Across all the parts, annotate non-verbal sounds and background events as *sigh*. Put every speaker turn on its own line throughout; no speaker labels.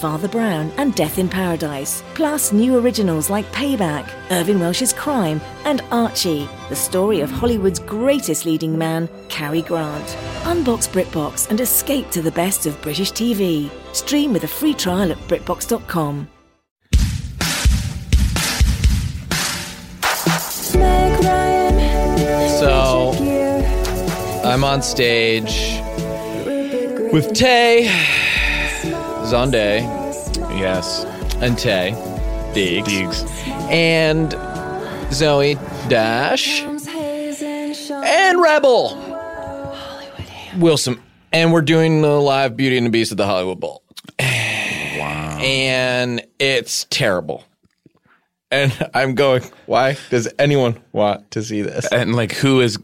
Father Brown, and Death in Paradise, plus new originals like Payback, Irving Welsh's Crime, and Archie, the story of Hollywood's greatest leading man, Cary Grant. Unbox BritBox and escape to the best of British TV. Stream with a free trial at BritBox.com.
So I'm on stage with Tay, Zonde,
Yes.
and Tay, Deeks,
Deeks.
and Zoe Dash, and Rebel Wilson. And we're doing the live Beauty and the Beast at the Hollywood Bowl. Wow. And it's terrible. And *laughs* I'm going, why does anyone want to see this?
And like, who is.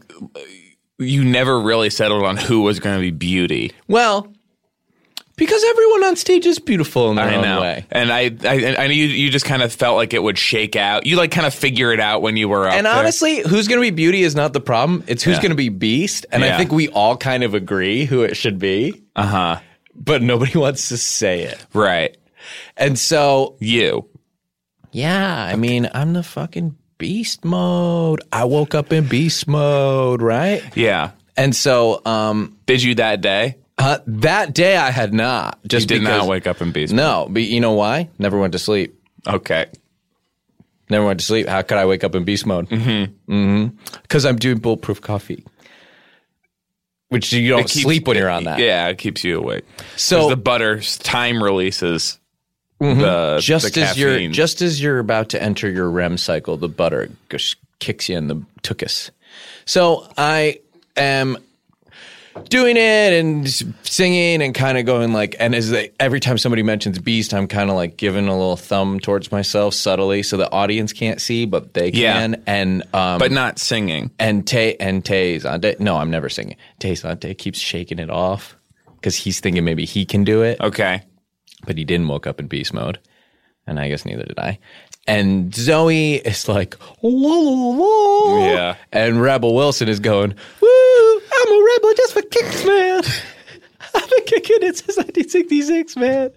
You never really settled on who was going to be beauty.
Well, because everyone on stage is beautiful in their own way.
And I, I, I, you, you just kind of felt like it would shake out. You like kind of figure it out when you were up
And
there.
honestly, who's going to be beauty is not the problem. It's who's
Yeah.
going to be beast. And I
Yeah.
think we all kind of agree who it should be,
uh huh,
but nobody *laughs* wants to say it.
right?
And so,
You,
yeah, I mean, I'm the fucking beast mode. I woke up in beast mode, right?
yeah.
And so, um,
Did you that day?
uh, that day I had not.
You
Just
did
because,
not wake up and be
No, but you know why? Never went to sleep.
okay.
Never went to sleep. How could I wake up in beast mode? Mm-hmm. Mm-hmm. Because I'm doing bulletproof coffee, which you don't
It keeps-
sleep when you're on that.
Yeah, it keeps you awake. 'Cause
So
the butter time releases the
Mm-hmm. just
the
as you're
caffeine.
just as you're about to enter your REM cycle, the butter gosh, kicks you in the tuchus. So I am doing it and s- singing and kind of going like, and as they, every time somebody mentions Beast, I'm kind of like giving a little thumb towards myself subtly, so the audience can't see, but they
Yeah.
can. And um,
but not singing.
And Tay and Tay's on Tay. No, I'm never singing. Tay's on Tay keeps shaking it off because he's thinking maybe he can do it,
Okay.
but he didn't woke up in beast mode, and I guess neither did I. And Zoe is like, la, la, la.
Yeah.
And Rebel Wilson is going, woo, I'm a rebel just for kicks, man. *laughs* I've been kicking it since 1966, man.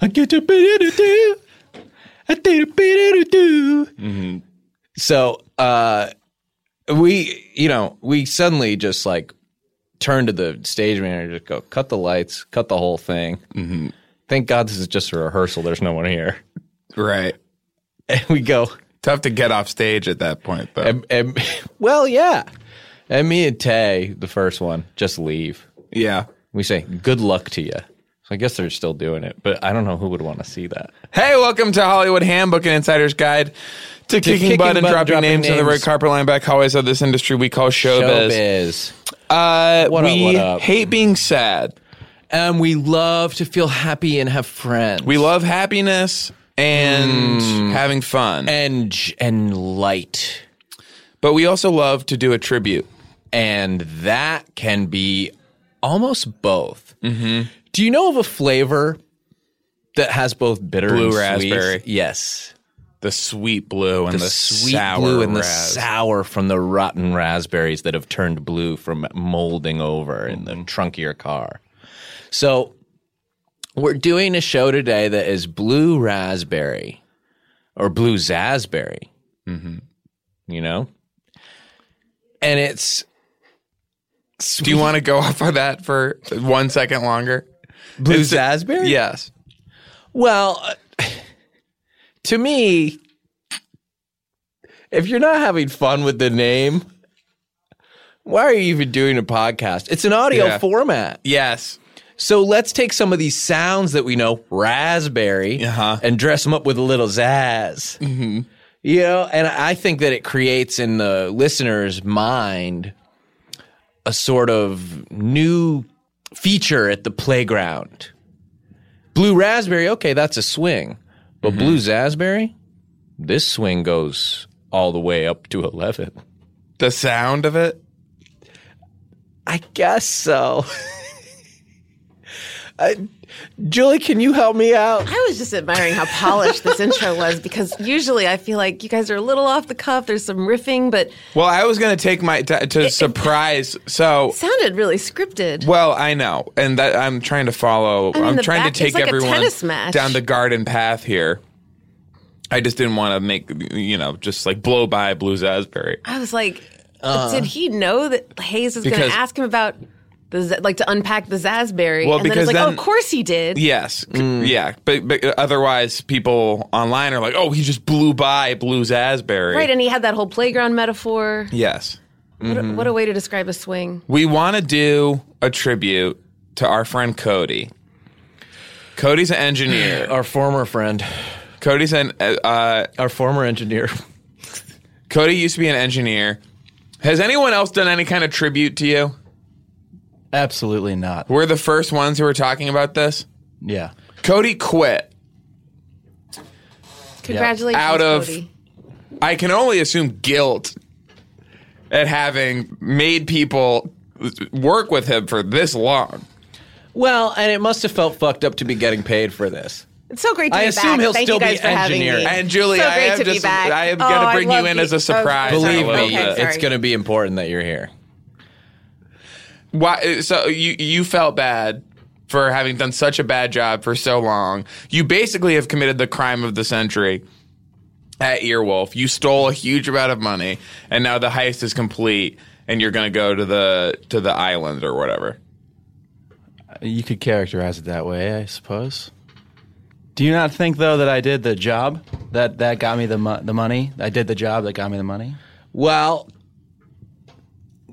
I get to be to do. I did a bit of do. So uh, we, you know, we suddenly just like turn to the stage manager, just go cut the lights, cut the whole thing.
Mm-hmm.
Thank God this is just a rehearsal. There's no one here. *laughs*
Right.
And we go,
Tough to get off stage at that point, though.
and, and well, yeah. And me and Tay, the first one, just leave.
yeah.
We say good luck to you. So I guess they're still doing it, but I don't know who would want to see that.
Hey, welcome to Hollywood Handbook and Insider's Guide to, kicking,
kicking
butt and
butt,
dropping,
dropping
names, in the
names.
red carpet line back hallways of this industry we call
Showbiz.
showbiz. Uh,
What up,
we
what up?
hate being sad.
And Um, we love to feel happy and have friends.
We love happiness and having fun,
Mm. and j- and light.
but we also love to do a tribute.
and that can be almost both. Do you know of a flavor that has both bitter
Blue
and sweet?
raspberry.
Yes,
The sweet blue and
the,
the,
sweet
sour
blue and the
ras-
sour from the rotten raspberries that have turned blue from molding over in the trunk of your car. So we're doing a show today that is blue raspberry or blue zazberry.
Mm-hmm.
You know, and it's
Do you want to go off on that for one
*laughs*
second longer?
blue
It's a-
zazberry.
Yes.
Well, uh, to me, if you're not having fun with the name, why are you even doing a podcast? It's an audio
Yeah.
format.
Yes.
So let's take some of these sounds that we know, raspberry,
Uh-huh.
and dress them up with a little zazz. Mm-hmm. You know, and I think that it creates in the listener's mind a sort of new feature at the playground. Blue raspberry, okay, that's a swing. But blue zazberry, this swing goes all the way up to 11.
The sound of it.
I guess so. *laughs* I, Julie, can you help me out?
I was just admiring how polished this intro was because usually I feel like you guys are a little off the cuff. There's some riffing, but it
Well, I was going to take my t- to surprise. So,
sounded really scripted.
well, I know, and that I'm trying to follow.
mean,
I'm
the
trying
back-
to
it's
take
like a
everyone
tennis match.
down the garden path here. I just didn't want to make you know just like blow by Blues Asbury.
I was like, did he know that Hayes was going
Uh-huh. Because-
to ask him about the za- like to unpack the Zasberry?
Well,
and then
because
it's like, oh,
then-
of course he did.
Yes, c- yeah, but, but uh, otherwise, people online are like, "Oh, he just blew by Blues Asbury."
Right, and he had that whole playground metaphor.
yes,
What,
Mm-hmm.
a, what a way to describe a swing.
we want to do a tribute to our friend Cody. Cody's an engineer.
*laughs* Our former friend,
Cody's an uh, uh,
our former engineer.
Cody used to be an engineer. Has anyone else done any kind of tribute to you?
Absolutely not.
We're the first ones who are talking about this.
Yeah.
Cody quit.
Congratulations,
Out of-
Cody.
I can only assume guilt at having made people work with him for this long.
Well, and it must have felt fucked up to be getting paid for this.
It's so great to
I
be
assume
back.
he'll
Thank
still
you guys
be
for having me.
engineering.
And Julie,
so
I
great
am
to be
just-
back.
I am
Oh,
gonna
I
bring you
love
in
you.
as a surprise.
Oh,
Believe
sorry.
me,
Okay,
it's
sorry.
going to be important that you're here.
Why? So you you felt bad for having done such a bad job for so long. You basically have committed the crime of the century at Earwolf. You stole a huge amount of money, and now the heist is complete, and you're going to go to the to the island or whatever.
You could characterize it that way, I suppose. Do you not think though that I did the job that that got me the mo- the money? I did the job that got me the money.
Well,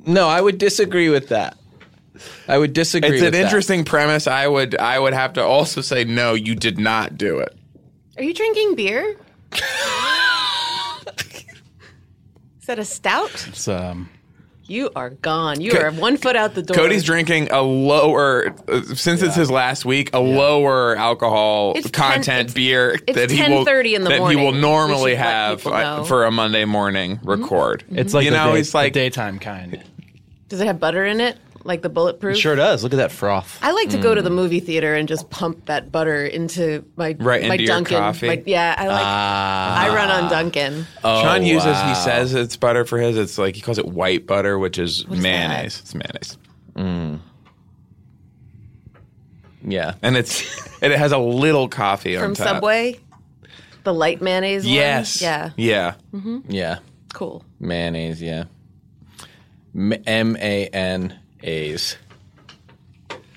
no, I would disagree with that. I would disagree.
It's
with
an
that.
interesting premise. I would I would have to also say no. You did not do it.
Are you drinking beer? Is that a stout?
It's um
You are gone. You are one foot out the door.
Cody's drinking a lower uh, since it's his last week, a lower alcohol
It's ten-
content
it's-
beer
it's
that he will
10:30 in the
that he
morning.
will
We should
normally
let
have
people
uh,
know.
for a Monday morning record.
it's like
you
the
know,
day-
he's like
the daytime kind.
Does it have butter in it? Like the bulletproof?
It sure does. Look at that froth.
I like to go to the movie theater and just pump that butter into my
Right
my
into your
Dunkin'.
coffee?
My- yeah, I like. I run on Dunkin'.
Sean
Oh,
uses. He
wow.
says it's butter for his. It's like he calls it white butter, which is
is that?
mayonnaise. It's mayonnaise,
Yeah.
Mm. and it's *laughs* and it has a little coffee on
from
top.
Subway. The light mayonnaise. one?
Yes.
Yeah.
Yeah.
Yeah.
Cool.
Mayonnaise, yeah. M A N A's.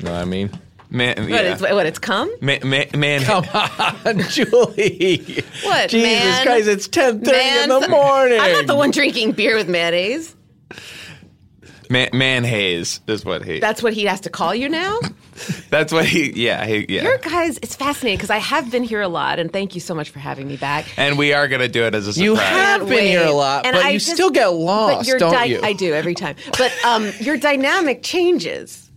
Know what I mean?
Man.
But
Yeah.
it's what it's come.
Ma- ma- man.
*laughs*
*laughs*
Julie.
What
Jesus
man?
Christ, it's 10.30 in the
Man's-
morning.
*laughs* I'm not the one drinking beer with mayonnaise.
Man, man haze is what he.
That's what he has to call you now.
That's what he. Yeah, he, yeah.
Your guys, it's fascinating because I have been here a lot, and thank you so much for having me back.
and we are gonna do it as a surprise.
You have
Can't
been here
wait.
a lot,
And
but
I
you
just-
still get lost,
but your
don't
dy-
you?
I do every time. But um, your dynamic changes.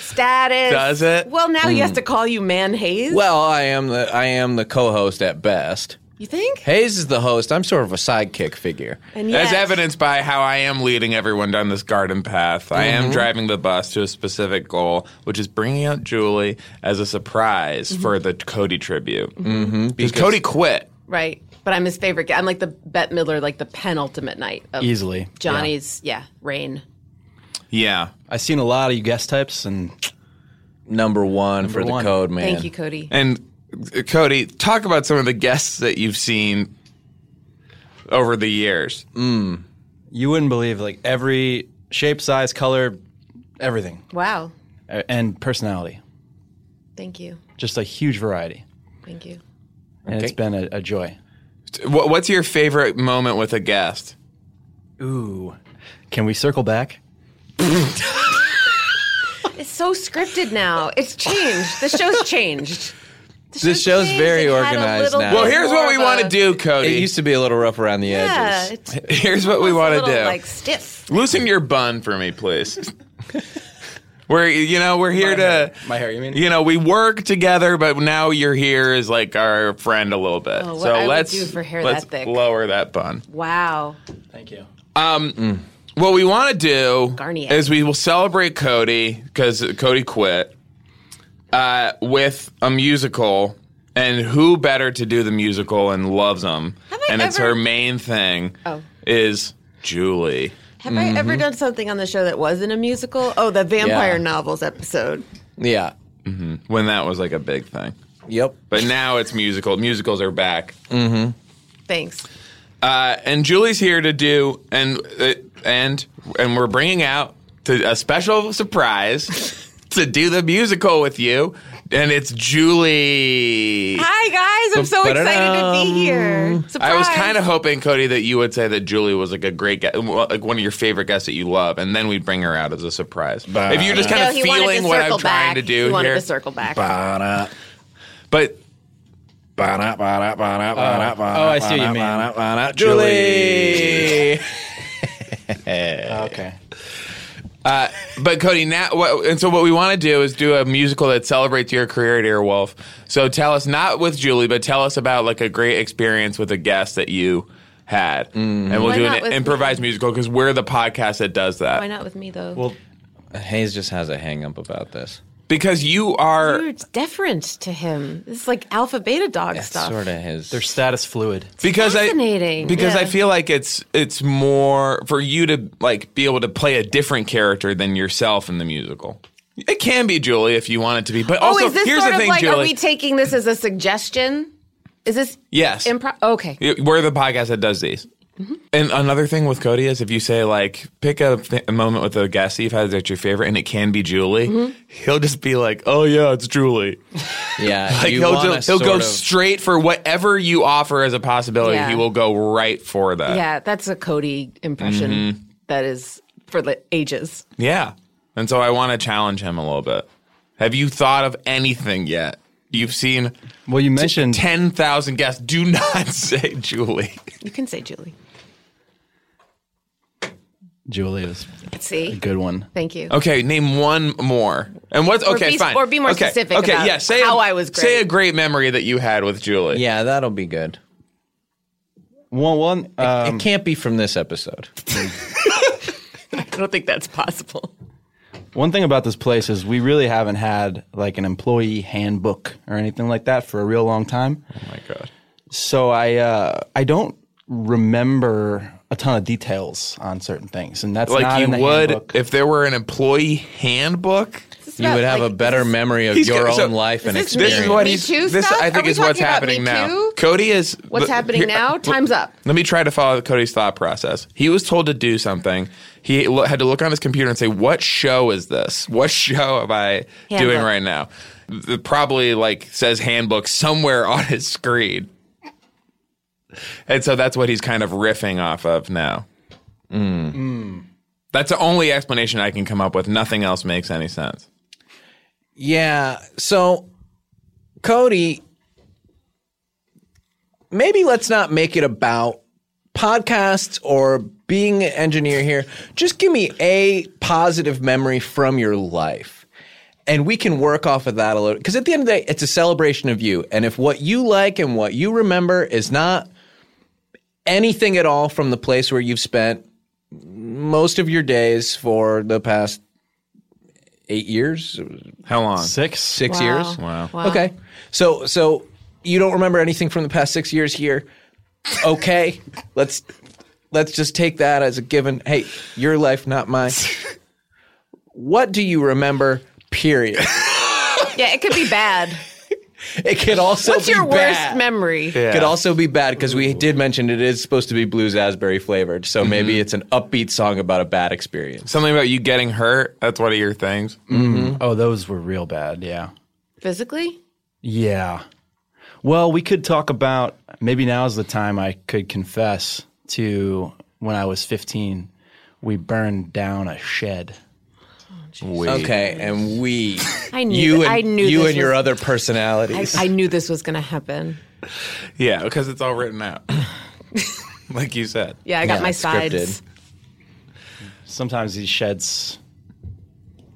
Status
Does it?
Well, now he has to call you Man Hayes.
Hmm. Well, I am the I am the co-host at best.
you think?
Hayes is the host. I'm sort of a sidekick figure.
and
As
yet-
evidenced by how I am leading everyone down this garden path, I am
Mm-hmm.
driving the bus to a specific goal, which is bringing out Julie as a surprise
Mm-hmm.
for the Cody tribute. Mm-hmm. Because Cody quit.
right? But I'm his favorite guy. I'm like the Bette Midler, like the penultimate night of
Easily.
Johnny's. Yeah, reign.
Yeah.
I've seen a lot of you guest types and
Number one for
one.
the code man.
Thank you, Cody.
And uh, Cody, talk about some of the guests that you've seen over the years.
you wouldn't believe like every shape, size, color, everything
Wow,
A- and personality.
thank you,
Just a huge variety.
thank you.
And it's been a, a joy.
T- wh- What's your favorite moment with a guest?
Ooh. Can we circle back?
It's so scripted now. It's changed. The show's changed. The
This show's
changed.
very
It had a
organized
little
now.
bit
Well, here's
more
what we
of a-
want to do, Cody.
It used to be a little rough around the
Yeah,
edges.
*laughs*
it's
Here's what we
a
want to
little,
do.
Like stiff.
*laughs* Loosen your bun for me, please. *laughs* we're you know we're here to
hair. My hair, you mean?
Uh, You know we work together, but now you're here as like our friend a little bit.
Oh, what
so
I would
let's
do for hair
let's
that thick.
lower that bun.
Wow.
Thank you.
What we want to do
Garnier.
is we will celebrate Cody because Cody quit uh, with a musical, and who better to do the musical and loves them?
Have I
and it's
ever-
her main thing
Oh.
is Julie.
Have I ever done something on the show that wasn't a musical? Oh, the vampire
Yeah.
novels episode.
Yeah.
When that was like a big thing,
Yep.
but now it's musical. Musicals are back.
Thanks.
Uh, and Julie's here to do and uh, and and we're bringing out to a special surprise *laughs* to do the musical with you, and it's Julie.
Hi guys, I'm so excited to be here. Surprise.
I was kind of hoping Cody that you would say that Julie was like a great guest, like one of your favorite guests that you love, and then we'd bring her out as a surprise. If you're just kind of
he wanted to
feeling what I'm
circle
trying
back.
to do
He wanted
here,
to circle back.
but Ah,
Oh, I see what you mean.
Julie.
Okay.
But Cody, now what, and so what we want to do is do a musical that celebrates your career at Earwolf. So tell us not with Julie, but tell us about like a great experience with a guest that you had, and we'll
Why
do
not
an
with
improvised musical because we're the podcast that does that.
Why not with me though?
Well,
Hayes just has a hang up about this.
Because you are
You're deferent to him. This is like alpha beta dog
That's
Ah,
stuff.
sort of his.
their status fluid.
because I
Fascinating,
because
yeah.
I feel like it's it's more for you to like be able to play a different character than yourself in the musical. It can be Julie if you want it to be, but also
oh, is this
here's
sort
the
of
thing,
like?
Julie.
Are we taking this as a suggestion? Is this
yes,
improv? Mm-hmm. Okay.
It- We're the podcast that does these. And another thing with Cody is if you say like pick a, th- a moment with a guest that you've had that's your favorite, and it can be Julie,
Mm-hmm.
he'll just be like, "Oh yeah, it's Julie."
*laughs* yeah.
*laughs* Like
you
he'll
wanna
ju- he'll
sort
go
of-
straight for whatever you offer as a possibility.
Yeah.
He will go right for that.
Yeah, that's a Cody impression
Mm-hmm.
that is for the ages.
Yeah. And so I want to challenge him a little bit. Have you thought of anything yet? You've seen
Well, you mentioned
ten thousand guests. Do not *laughs* say Julie.
You can say Julie.
Julie is a
See?
good one.
Thank you.
Okay, name one more. And what's okay?
be-
fine.
or be more
Okay,
specific
Okay,
about
yeah. Say
how
a,
I was
Say
great.
a great memory that you had with Julie.
Yeah, that'll be good.
One, one. Uh,
Um,
it can't be from this episode.
*laughs* I don't think that's possible.
One thing about this place is we really haven't had like an employee handbook or anything like that for a real long time.
Oh my god.
So I uh, I don't remember a ton of details on certain things, and that's not
Like
in
you
the
would
handbook.
if there were an employee handbook.
You would have a better memory of
He's
your
got- so-
own life and
Is this
experience.
This is what
Me
he's.
Too
this
stuff?
I think
Are we
is what's
talking about
happening
Me
now.
Too?
Cody is.
What's
th-
happening now? Time's up.
Let me try to follow Cody's thought process. He was told to do something. He lo- had to look on his computer and say, "What show is this? What show am I doing
Handbook.
right now?" Th- probably like says handbook somewhere *laughs* on his screen, and so that's what he's kind of riffing off of now. Mm. That's the only explanation I can come up with. Nothing else makes any sense.
Yeah. So, Cody, maybe let's not make it about podcasts or being an engineer here. Just give me a positive memory from your life. And we can work off of that a little. Because at the end of the day, it's a celebration of you. And if what you like and what you remember is not anything at all from the place where you've spent most of your days for the past eight years,
How long?
six.
six
Wow.
years.
Wow.
Okay. So so you don't remember anything from the past six years here. Okay. *laughs* let's let's just take that as a given. Hey, your life, not
*laughs*
mine. what do you remember? Period.
*laughs*
*laughs*
Yeah, it could be
*laughs*
bad.
It could also
What's
be
your
bad.
worst memory?
It Could also be bad because we did mention it is supposed to be blues Asbury flavored. So maybe it's an upbeat song about a bad experience.
Something about you getting hurt. That's one of your things.
Mm.
Oh, those were real bad. Yeah.
Physically?
Yeah. Well, we could talk about maybe now's the time I could confess to when I was 15, we burned down a shed.
Okay, and we,
*laughs* I knew
you
that-
and
I knew
you
this
and your
was-
other personalities.
I knew this was going to happen.
Yeah, because it's all written
*laughs*
out. like you said.
Yeah, I got
Yeah,
my
it's
sides.
scripted.
Sometimes these sheds,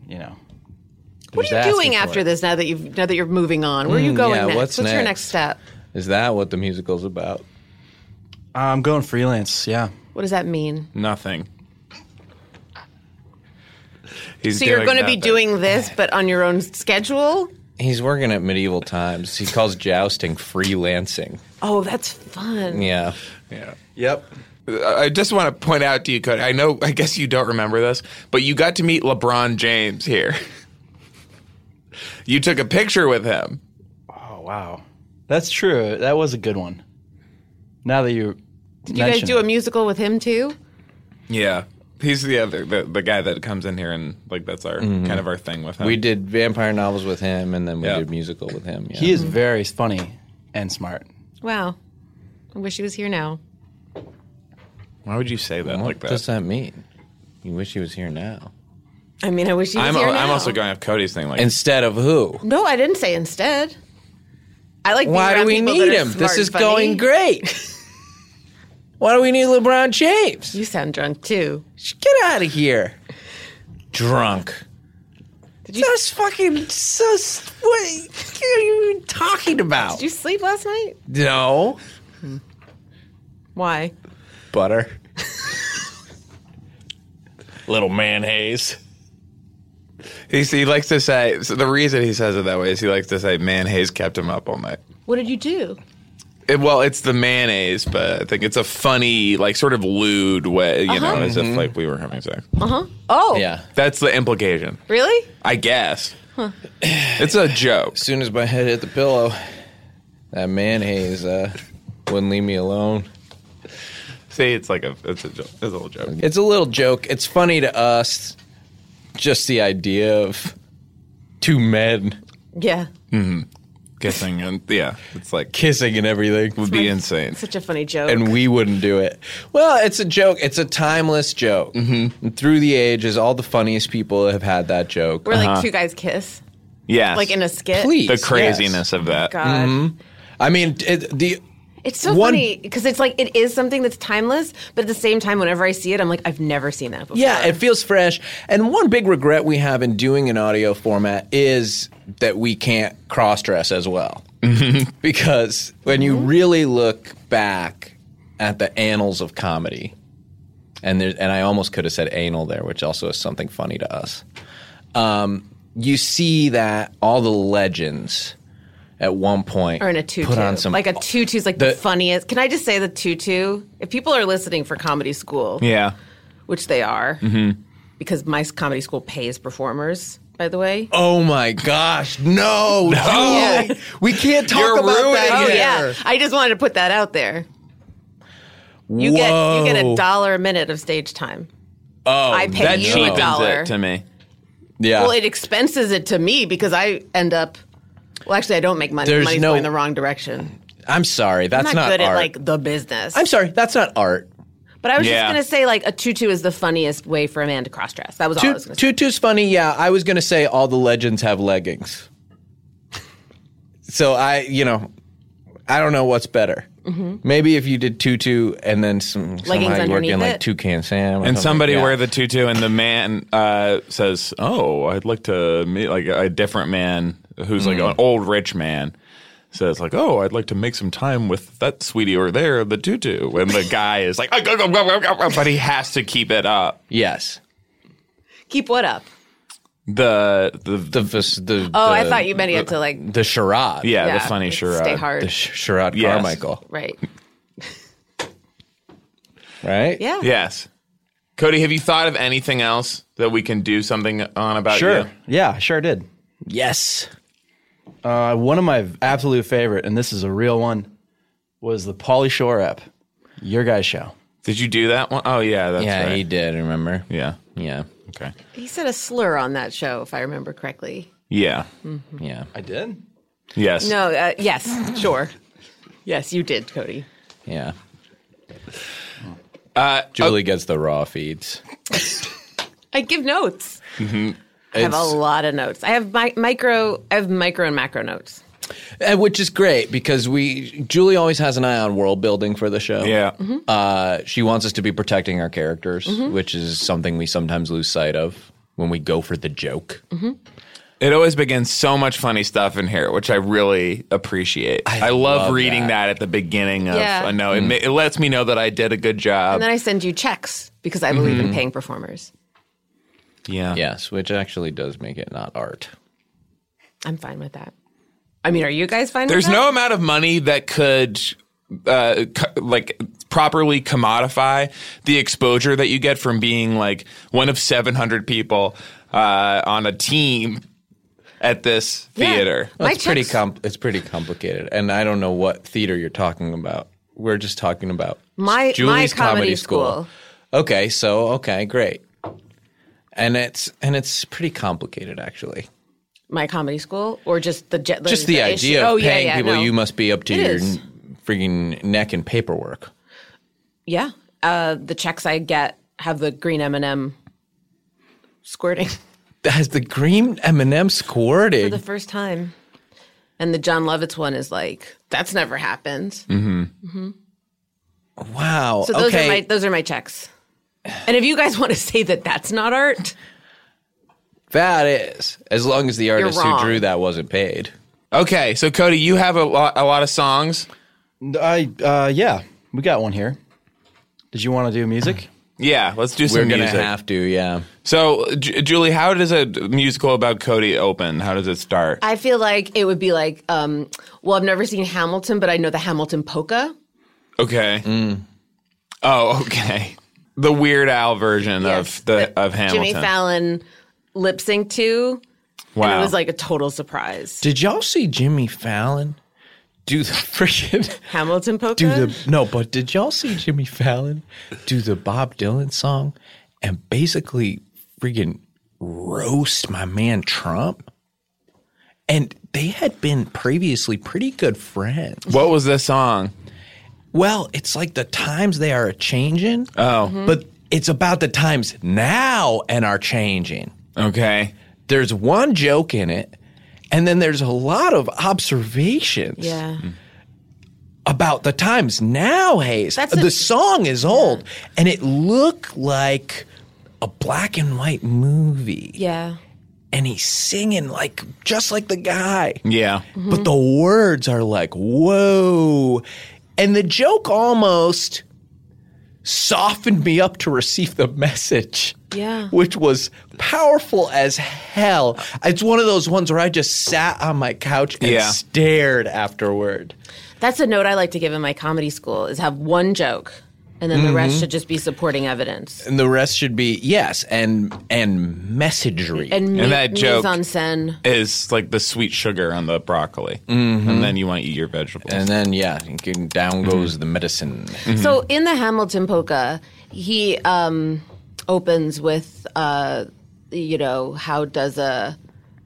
you know.
What are you doing after this now that you've now that you're moving on? Where are you going
Mm, yeah,
next?
what's
your
next?
next step?
Is that what the musical's about?
I'm going freelance. Yeah.
What does that mean?
Nothing. He's
So you're
doing
going to be
nothing.
doing this, but on your own schedule?
He's working at medieval times. He calls jousting freelancing.
Oh, that's fun.
Yeah.
Yeah.
Yep.
I I just want to point out to you, Cody. I know, I guess you don't remember this, but you got to meet LeBron James here. *laughs* you took a picture with him.
Oh wow, that's true. That was a good one. Now that you,
Did you guys do a musical with him too?
Yeah. He's the other, the, the guy that comes in here and like that's our kind of our thing with him.
We did vampire novels with him, and then we
Yeah.
did musical with him. Yeah.
He is very funny and smart.
Wow. I wish he was here now.
Why would you say that
what
like that?
does that mean? You wish he was here now.
I mean, I wish he was
I'm,
here now.
I'm also going off Cody's thing. Like,
Instead of who?
No, I didn't say instead. I like. being
Why do
around
we
people that
need
are
him?
smart
This
and
is
funny.
going
*laughs*
great. Why do we need LeBron James?
You sound drunk too.
Get out of here. Drunk.
you-
That's fucking so. s- What are you even talking about?
Did you sleep last night?
no.
Why?
Butter. Little man haze.
he, he likes to say, so the reason he says it that way is he likes to say, mayonnaise kept him up all night.
What did you do?
It- well, it's the mayonnaise, but I think it's a funny, like sort of lewd way,
Uh-huh.
you know, as
Mm-hmm.
if like we were having sex.
Oh,
Yeah.
That's the implication,
Really?
I guess. *sighs* It's a joke.
As soon as my head hit the pillow, that man haze uh, wouldn't leave me alone.
See, it's like a, it's a, jo- it's a little joke.
It's a little joke. It's funny to us. Just the idea of two men
Yeah.
Kissing and yeah, it's like
kissing and everything.
would be insane.
Such a funny joke.
and we wouldn't do it. Well, it's a joke. It's a timeless joke. Mm-hmm. And through the ages, all the funniest people have had that joke.
We're like two guys kiss,
Yes,
like in a skit.
Uh-huh. Please, Mm-hmm.
the craziness of that.
God.
yes. I mean, it, the
It's so
One-
funny because it's like it is something that's timeless, but at the same time, whenever I see it, I'm like, I've never seen that before.
yeah, it feels fresh. And one big regret we have in doing an audio format is that we can't cross dress as well.
Mm-hmm.
*laughs* because when you really look back at the annals of comedy, and there, and I almost could have said anal there, which also is something funny to us. Um, you see that all the legends at one point
Or in a tutu.
put on some Oh,
like a tutu's like the,
the-
funniest. Can I just say the tutu? If people are listening for comedy school,
Yeah,
which they are, because my comedy school pays performers, by the way.
oh my gosh,
*laughs*
no, dude, we can't talk
You're
about that.
Oh
ruining
here.
yeah, I just wanted to put that out there. You get you get a
Whoa.
dollar a minute of stage time. Oh, I pay
that
you
cheapens
a dollar.
it to me.
Yeah.
Well, it expenses it to me because I end up. Well, actually, I don't make money.
There's
Money's
no-
going the wrong direction.
I'm sorry, that's
I'm not,
not,
good
art.
at like Oh, the business.
I'm sorry, that's not art.
but I was
Yeah.
just gonna say like a tutu is the funniest way for a man to cross dress. That was all I
Toot,
was gonna say.
tutu's funny. Yeah, I was gonna say all the legends have leggings. So I, you know, I don't know what's better.
Mm-hmm.
Maybe if you did tutu and then some somebody working
underneath
like
it?
toucan Sam, or
And
something.
somebody
Yeah.
wear the tutu, and the man uh, says, "Oh, I'd like to meet like a different man who's like an old rich man." Says like, "Oh, I'd like to make some time with that sweetie over there, the tutu." And the guy is like, *laughs* "But he has to keep it up."
yes.
Keep what up?
The the
The, the, the
Oh, I thought you meant you
*laughs*
had to like
the charade.
yeah,
yeah,
the funny charade.
Stay hard,
the sh- charade
Yes.
Carmichael,
right?
right?
Yeah.
Yes, Cody, have you thought of anything else that we can do something on about
Sure.
you?
Yeah, sure did.
Yes.
Uh, one of my absolute favorite, and this is a real one, was the Polly Shore app. Your guys' show.
Did you do that one? Oh yeah, that's
yeah,
right.
he did. Remember?
yeah,
Yeah.
okay,
He said a slur on that show, if I remember correctly.
yeah,
Yeah.
I did.
yes.
No, uh,
*laughs*
yes, sure. Yes, you did, Cody.
Yeah.
Uh,
Julie gets the raw feeds.
I give notes. I have a
It's-
lot of notes. I have mi- micro, I have micro and macro notes.
Uh, which is great because we Julie always has an eye on world building for the show.
Yeah.
Uh, she wants us to be protecting our characters,
Mm-hmm.
which is something we sometimes lose sight of when we go for the joke.
Mm-hmm.
It always begins so much funny stuff in here, which I really appreciate. I, love,
love
reading
that.
that. at the beginning of
Yeah.
a no. It, ma- it lets me know that I did a good job.
Mm-hmm.
And then I send you checks because I believe in paying performers.
Yeah.
Yes, which actually does make it not art.
I'm fine with that. I mean, are you guys fine
There's
with that?
no amount of money that could uh, co- like properly commodify the exposure that you get from being like one of 700 people uh, on a team at this
Yeah.
theater.
My
it's pretty
checks-
com- it's pretty complicated, and I don't know what theater you're talking about. We're just talking about
My- my
Julie's
comedy school.
Okay, so okay, great, and it's and it's pretty complicated actually.
my comedy school or just the jet.
Just the, idea
issue?
of
oh, yeah,
paying
yeah,
people,
no.
you must be up to
It
your
is.
n- freaking neck in paperwork.
Yeah, uh, the checks I get have the green M and M squirting *laughs*
Has the green M and M
for
squirting?
the first time, and the John Lovitz one is like that's never happened.
wow.
So those
Mm. okay.
are my those are my checks. And if you guys *laughs* want to say that that's not art,
that is as long as the artist who
wrong.
drew that wasn't paid.
Okay, so Cody, you have a lot, a lot of songs.
I uh, yeah, we got one here. Did you want to do music?
Yeah, let's do
We're
some
gonna
music.
have to, yeah.
so, J- Julie, how does a musical about Cody open? How does it start?
I feel like it would be like, um, well, I've never seen Hamilton, but I know the Hamilton polka.
Okay.
Mm.
Oh, okay. The Weird Al version
Yes,
of the
that
of Hamilton.
Jimmy Fallon lip synced to,
Wow.
and it was like a total surprise.
Did y'all see Jimmy Fallon do the *laughs* freaking
Hamilton polka.
do the no? But did y'all see Jimmy Fallon do the Bob Dylan song and basically freaking roast my man Trump? And they had been previously pretty good friends.
what was the song?
Well, it's like the times they are a changing. Oh, but it's about the times now and are changing.
Okay.
There's one joke in it, and then there's a lot of observations.
yeah.
Mm.
about the times now, Hayes.
That's
the
a-
song is old, and it looked like a black and white movie.
Yeah.
And he's singing like just like the guy,
Yeah.
Mm-hmm.
but the words are like whoa, and the joke almost softened me up to receive the message.
Yeah.
Which was powerful as hell. It's one of those ones where I just sat on my couch and
Yeah.
stared afterward.
That's a note I like to give in my comedy school is have one joke and then the
Mm-hmm.
rest should just be supporting evidence.
and the rest should be yes and and messagery
And, mi-
that joke-
mise en scène.
Is like the sweet sugar on the broccoli.
Mm-hmm.
And then you want to eat your vegetables.
And then yeah you can- down goes the medicine
Mm-hmm.
So in the Hamilton polka, he um, opens with uh, you know, how does a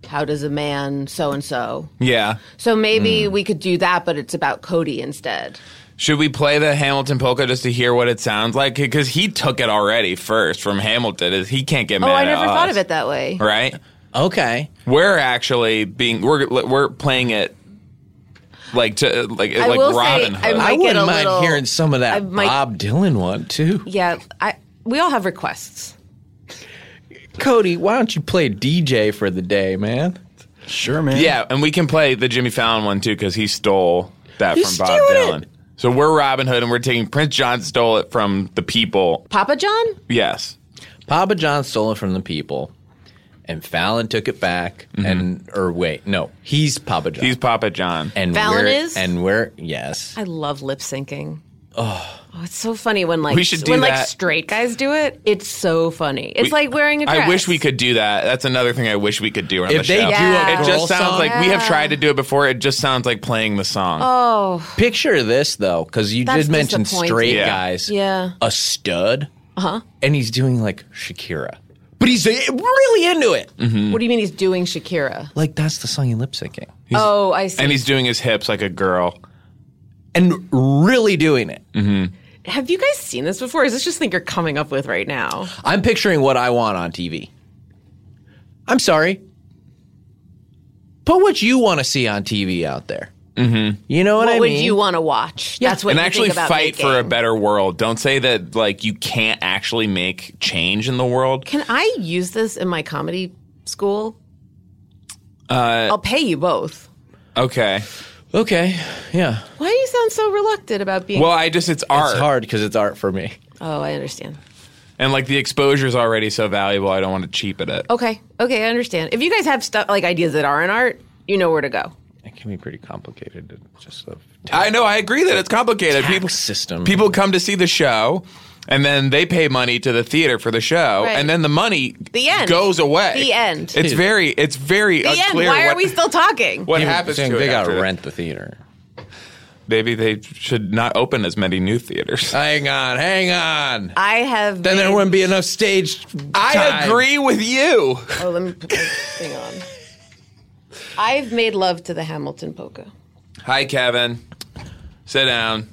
how does a man so and so.
yeah.
So maybe
Mm.
we could do that but it's about Cody instead.
Should we play the Hamilton polka just to hear what it sounds like? Because he took it already first from Hamilton. Is He can't get mad
oh, I
at
never thought
us,
of it that way.
Right?
okay
We're actually being, we're, we're playing it like to, like,
I
like
will say,
Robin Hood.
I might
i
get
wouldn't
a
mind
little-
hearing some of
I
that
might-
bob dylan one too
Yeah, I we all have requests.
cody why don't you play dj for the day man
*sighs* Sure, man.
Yeah, and we can play the Jimmy Fallon one too because he stole that
He
from Bob
stole
Dylan.
it!
So we're Robin Hood, and we're taking Prince John stole it from the people.
Papa John?
Yes,
papa john stole it from the people and fallon took it back and or wait no Mm-hmm. he's papa john
he's Papa John.
and we're,
Fallon is?
and we're yes
I love lip syncing. Oh. it's so funny when like
We should do
when like
that.
straight guys do it. It's so funny. It's like wearing a dress.
I wish we could do that. That's another thing I wish we could do on
if
the
they
show.
do
Yeah.
a
It
girl
just sounds
song-
like we have
Yeah.
tried to do it before. It just sounds like playing the song.
Oh,
Picture this though, because you
That's
did mention
disappointing.
straight
Yeah.
guys.
Yeah. Uh-huh.
A stud. Uh huh. And he's doing like Shakira, but he's uh, really into it.
Mm-hmm. Mm.
what do you mean he's doing Shakira?
Like that's the song you lip syncing,
Oh, I see.
And he's doing his hips like a girl.
and really doing it.
Mm-hmm.
have you guys seen this before? Is this just thing you're coming up with right now?
I'm picturing what I want on TV. I'm sorry. Put what you want to see on TV out there. Mm-hmm. You know what,
What
I
would
mean?
you want to watch? That's what
and
you
actually
think about
fight for a
making.
better world. Don't say that like you can't actually make change in the world.
Can I use this in my comedy school? Uh, I'll pay you both.
Okay.
okay. Yeah.
Why do you sound so reluctant about being?
Well, I just it's art.
It's hard because it's art for me.
oh, I understand.
And like the exposure is already so valuable, I don't want to cheapen it.
Okay. Okay, I understand. If you guys have stuff like ideas that aren't art, you know where to go.
It can be pretty complicated. It's just a
I know. I agree that it's complicated. People
system.
People come to see the show, and then they pay money to the theater for the show,
Right.
and then the money
The end.
goes away.
The end.
It's very. It's very
The end.
unclear.
Why are
what,
we still talking?
What
People
happens to
think
it
They
after
gotta
that.
rent the theater.
Maybe they should not open as many new theaters.
Hang on, hang on.
I have.
Then there
made-
wouldn't be enough stage.
I
time.
agree with you.
Oh, let
*laughs*
me put my thing on. I've made love to the Hamilton polka.
Hi, Kevin. Sit down,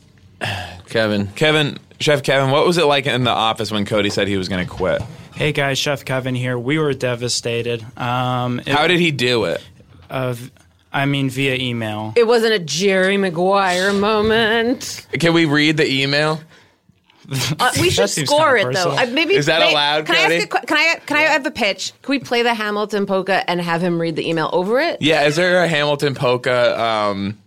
Kevin.
Kevin. Chef Kevin, what was it like in the office when Cody said he was going to quit?
Hey guys, Chef Kevin here. We were devastated. Um, it-
How did he do it?
of, I mean, via email.
It wasn't a Jerry Maguire moment.
*laughs* Can we read the email?
Uh, we should
seems
score
kinda
it though.
personal.
I, maybe
Is that
may-
allowed,
Can I,
Cody?
ask a, que- can I can I have a pitch? Can we play the Hamilton polka and have him read the email over it?
Yeah, is there a Hamilton polka? Um,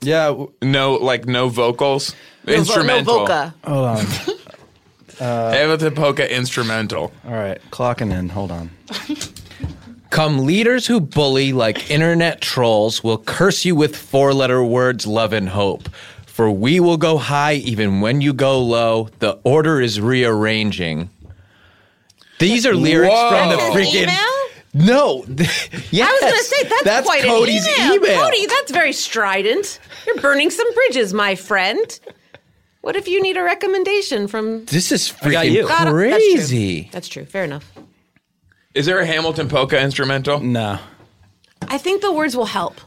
Yeah. w-
no, like no vocals,
No vo-
instrumental.
No polka.
Hold on.
Hamilton polka instrumental.
All right. Clocking in. Hold on.
Come leaders who bully like internet trolls will curse you with four letter words love and hope. For we will go high even when you go low. The order is rearranging. These are lyrics
Whoa.
from the
That's his
freaking
email?
No. *laughs* yes.
I was gonna say that's, quite
Cody's
an email. Cody, that's very strident. You're burning some bridges, my friend. What if you need a recommendation from
This is
got
freaking
you.
God,
crazy.
That's true. that's true. Fair enough.
Is there a Hamilton polka instrumental?
No.
I think the words will help.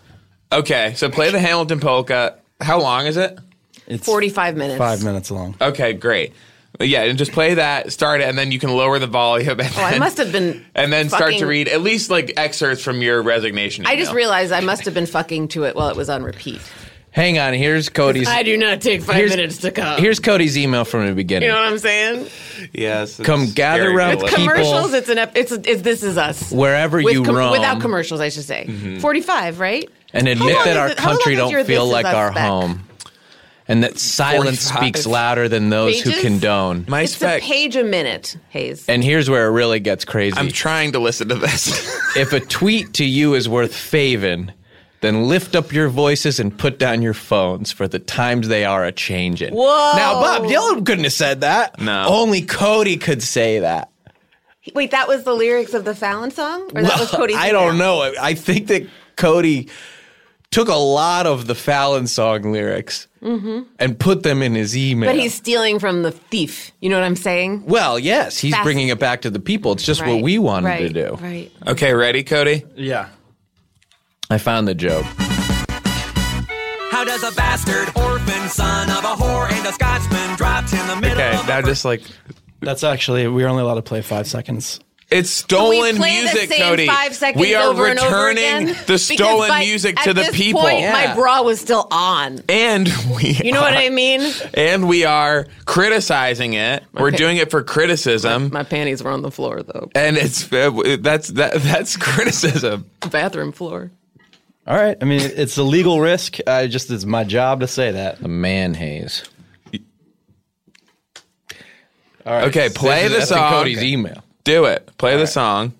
Okay, so play the Hamilton polka. How long is it?
It's
Forty-five minutes.
Five minutes long.
Okay, great. Yeah, and just play that, start it, and then you can lower the volume. And
Oh, I
*laughs* then-
must have been.
And then start to
fucking-
read at least like excerpts from your resignation.
I just
email.
realized I must have been fucking to it while it was on repeat.
Hang on, here's Cody's
do not take five
Here's-
to come.
Here's Cody's email from the beginning.
I'm saying?
yes. it's
Come gather
scary
around
to look.
People-
commercials. It's an. ep- It's, it's this is us.
Wherever
With
you
com-
roam.
without commercials, I should say. Forty-five, right?
and admit
long
that
is
our
it- how long
country
is your
don't feel
This Is
like
Us
our
back?
home and that silence
45
speaks louder than those who
Pages?
condone
My
It's
spec.
a page a minute, Hayes.
and here's where it really gets crazy
I'm trying to listen to this.
if a tweet to you is worth favin then lift up your voices and put down your phones for the times they are a changing.
Whoa.
Now, Bob Dylan couldn't have said that.
No.
Only Cody could say that.
Wait, that was the lyrics of the Fallon song, or that was Cody's?
*laughs* I don't
email?
know. I I think that Cody took a lot of the Fallon song lyrics and put them in his email.
Mm-hmm. But he's stealing from the thief. You know what I'm saying?
Well, yes, he's
Fast-
bringing it back to the people. It's just what
Right,
we wanted
right,
to do.
Right.
*laughs* okay, ready, Cody?
Yeah.
I found the joke.
How does a bastard orphan son of a whore and a Scotsman dropped in the middle
Okay,
of
now
a
just like
That's actually we are only allowed to play five seconds.
It's
we
stolen
play
music,
the same
Cody.
five seconds
we are
over and over
returning
again?
the
Because
stolen
by-
music
at
to the
this
people,
Point,
Yeah.
My bra was still on.
and we.
You know what
*laughs*
I mean?
And we are criticizing it. We're
pa-
doing it for criticism,
My panties were on the floor though.
and it's uh, that's that that's *laughs* criticism.
Bathroom floor.
All right. I mean, it's a legal risk. I just it's my job to say that.
The man haze.
All right.
Okay, play
This
the
is- that's in
song.
Cody's email.
Do it. Play the song.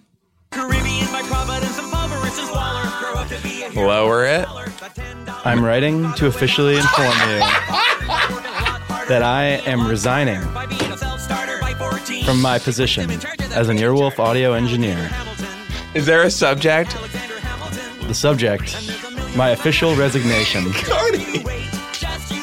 Caribbean by Providence and Vulverus and Waller grow up to be a hero.
Lower it.
Oh. I'm writing to officially inform you that I am resigning
By being a self-starter by 14.
from my position as an Earwolf audio engineer.
Is there a subject?
Alexander Hamilton.
The subject, my official resignation.
Wait, just you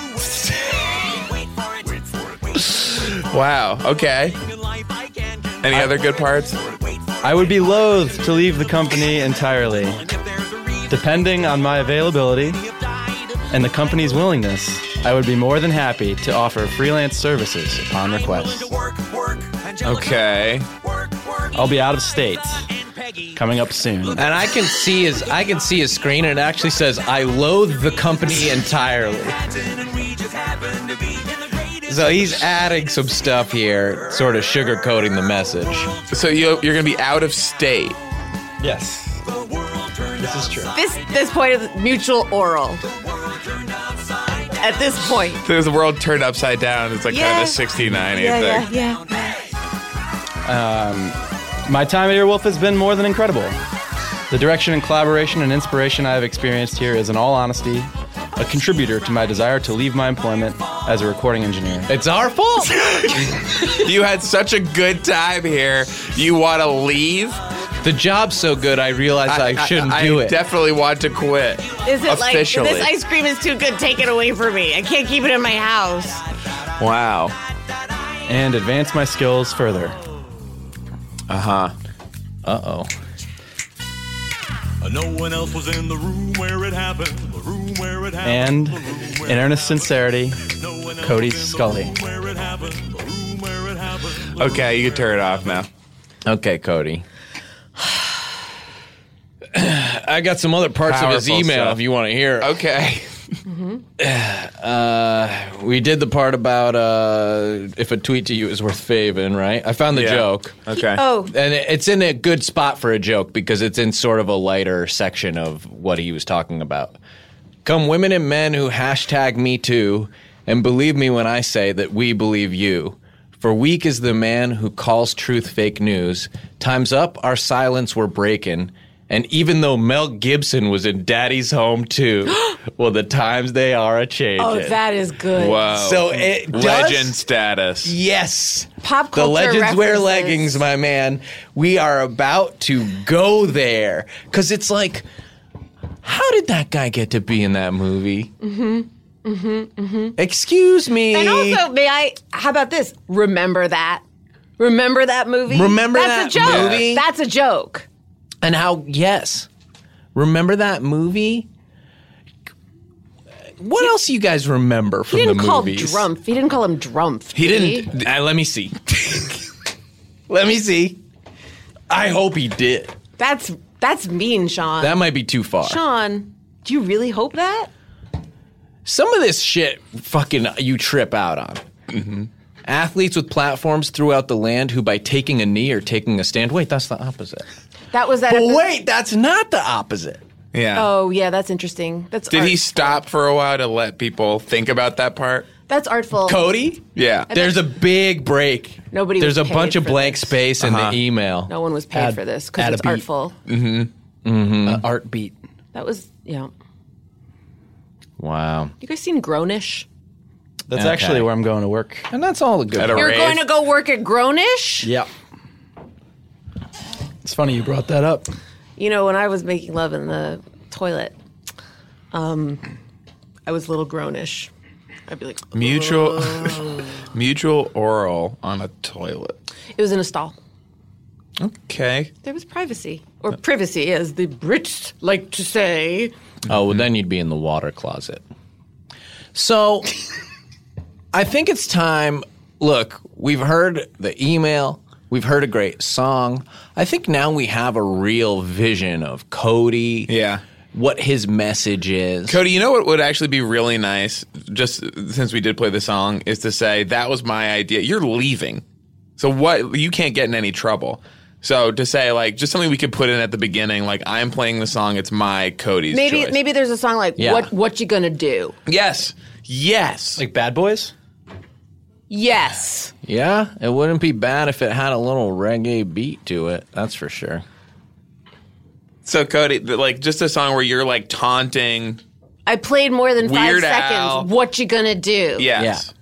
wait. Wait for it. Wait for it. Wait for it.
Wow. Okay.
In life I can
Any other good parts?
wait for it.
I would be loath to leave the company entirely,
And if there's a reason
depending on my availability
you died,
and the company's willingness. I would be more than happy to offer freelance services upon
I'm willing
request.
to work, work, Angelica,
Okay.
Work, work.
I'll be out of state
And Peggy.
coming up soon.
And I can see his I can see his screen and it actually says I loathe the company entirely.
Patton and we just happen to be in the greatest
So he's adding some stuff here, sort of sugarcoating the message.
So you you're gonna be out of state.
Yes. This is true.
This this point is mutual oral. At this point.
There's the world turned upside down. It's like kind
Yeah.
of a 69
Yeah, yeah,
thing.
yeah.
Um, my time at Earwolf has been more than incredible. The direction and collaboration and inspiration I have experienced here is, in all honesty, a contributor to my desire to leave my employment as a recording engineer.
It's our fault.
you had such a good time here. You want to leave?
the job's so good, I realize I, shouldn't
I-
do
I
it.
definitely want to quit.
Is it
Officially.
like this ice cream is too good? Take it away from me. I can't keep it in my house.
Wow.
and advance my skills further.
uh oh.
Uh, No one else was in the room where it happened. The room where it
And
happened.
in earnest sincerity, Cody Scully.
Okay, you can turn it off now.
Okay, Cody. I got some other parts of his
Powerful
email
stuff. Oh.
if you want to hear.
Okay.
We did the part about uh, if a tweet to you is worth faving, right? I found the
Yeah.
joke.
Okay.
Oh,
And it- it's in a good spot for a joke because it's in sort of a lighter section of what he was talking about. Come women and men who hashtag me too, and believe me when I say that we believe you. For weak is the man who calls truth fake news. Time's up, our silence we're breaking. And even though Mel Gibson was in Daddy's
*gasps*
home too, well, the times they are a changing.
Oh, that Oh. is good.
Wow.
so it does-
legend status.
Yes.
Pop
The
culture
legends wear
references.
leggings, my man. We are about to go there. Because it's like, how did that guy get to be in that movie? Mm hmm. Mm hmm. Mm hmm. Excuse me.
Mm-hmm. and also, may I? How about this? Remember that. Remember that movie.
Remember
That's
that
a joke.
movie?
That's a joke.
and how, yes. Remember that movie? What else you guys remember from
He didn't
the
call
movies?
Drumpf. He didn't call him Drumpf.
He
did
didn't. Uh, let me see. *laughs* let me see. I hope he did.
That's that's mean, Sean.
That might be too far.
Sean, do you really hope that?
some of this shit fucking you trip out on. Athletes with platforms throughout the land who, by taking a knee or taking a stand, wait, that's the opposite.
That was that.
But
epi-
wait, that's not the opposite.
Yeah.
Oh yeah, that's interesting. That's
Did
art-
he stop for a while to let people think about that part?
That's artful.
Cody,
Yeah.
there's a big break.
Nobody
There's a
was paid
bunch of
for
blank
this.
space
Uh-huh.
in the email.
no one was paid
Add-
for this because
add a
it's
beat.
artful. Mm-hmm.
Uh, art beat.
That was yeah.
Wow,
You guys seen Grownish?
That's
Okay.
actually where I'm going to work.
and that's all the good.
At a
part.
You're
rave?
going to go work at Grownish?
Yeah. It's funny you brought that up.
You know, when I was making love in the toilet, um, I was a little Grownish. I'd be like,
mutual
Oh.
*laughs*
mutual oral on a toilet.
it was in a stall.
Okay.
There was privacy, or privacy, as the Brits like to say.
Oh, well, then you'd be in the water closet. So I think it's time. Look, we've heard the email, we've heard a great song. I think now we have a real vision of Cody.
Yeah.
What his message is.
Cody, you know what would actually be really nice, just since we did play the song, is to say that was my idea. You're leaving, so what? You can't get in any trouble. So to say like just something we could put in at the beginning, like I'm playing the song. It's my Cody's
Maybe,
choice.
maybe there's a song like
Yeah.
"What What You Gonna Do?"
yes, yes.
Like Bad Boys?
Yes,
yeah, it wouldn't be bad if it had a little reggae beat to it. That's for sure.
so Cody, th- like just a song where you're like taunting.
I played more than five
Weird
seconds.
Al.
What you gonna do?
Yes.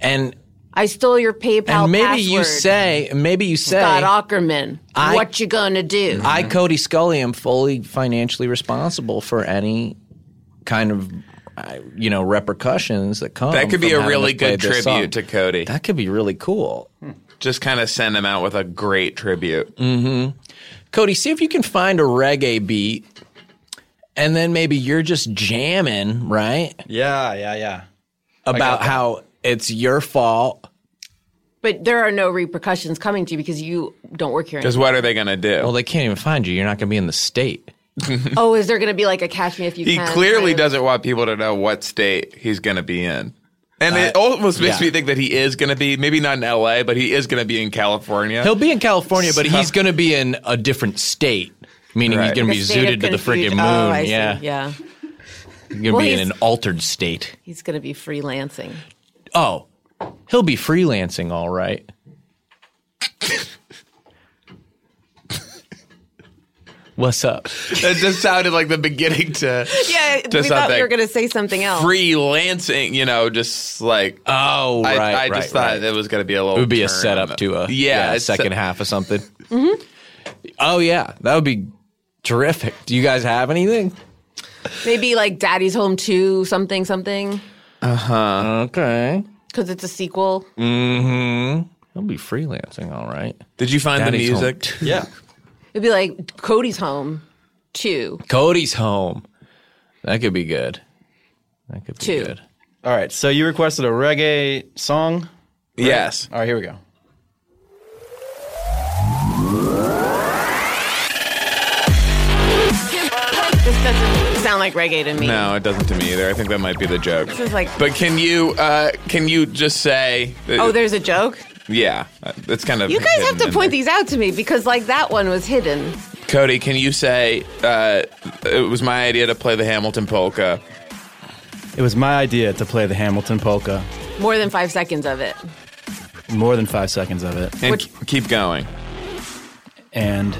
And
I stole your PayPal
and maybe
password.
you say, maybe you say,
Scott Ackerman.
I-
what you gonna do?
I, Cody Scully, am fully financially responsible for any kind of, uh, you know, repercussions that come.
That could be
from
a
having
really
us play
good
this
tribute
song.
to Cody.
That could be really cool.
Just kind of send him out with a great tribute.
Mm. Cody, see if you can find a reggae beat, and then maybe you're just jamming, right?
Yeah, yeah, yeah.
About how it's your fault.
but there are no repercussions coming to you because you don't work here.
Because
Anymore.
what are they gonna do?
Well, they can't even find you. You're not going to be in the state.
Oh, is there gonna be like a catch me if you
He
can?
clearly
kind of-
doesn't want people to know what state he's going to be in. And it almost makes
Uh, yeah.
me think that he is going to be, maybe not in LA, but he is going to be in California.
He'll be in California, but
So-
he's going to be in a different state. Meaning
Right.
he's going to
The
be
state
zooted
of
to the
confusion.
friggin' moon.
Oh, I see.
yeah.
yeah.
He's going to
Well,
be in an
he's-
altered state.
He's gonna be freelancing.
Oh, he'll be freelancing all right. What's up?
That just sounded like the
*laughs*
beginning to
Yeah,
to
we thought we
something.
were going to say something else.
freelancing, you know, just like
Oh,
I,
right.
I
right,
just thought
right.
it was going to be a little.
it would be a
turn
setup
on
to a yeah, Mm-hmm.
the- yeah,
a
it's-
second half of *laughs* something. Oh yeah, that would be terrific. Do you guys have anything?
Maybe like Daddy's Home 2 something something
Okay.
cuz it's a sequel.
Mm-hmm. He'll be freelancing, all right.
Did you find
Daddy's
the
home.
music?
Yeah.
It'd be like Cody's Home 2.
Cody's home. That could be good. That could be
Two.
good.
*laughs* All right. So you requested a reggae song.
Yes.
All right, here we go.
This doesn't sound like reggae to me.
No, it doesn't to me either. I think that might be the joke.
This is like
But can you uh can you just say?
Oh, there's a joke.
yeah. It's kind of
You guys have
hidden
to
in
point
there.
these out to me because like that one was hidden.
Cody, can you say uh it was my idea to play the Hamilton polka?
It was my idea to play the Hamilton polka.
More than 5 seconds of it.
More than five seconds of it.
And
Which-
k- keep going.
and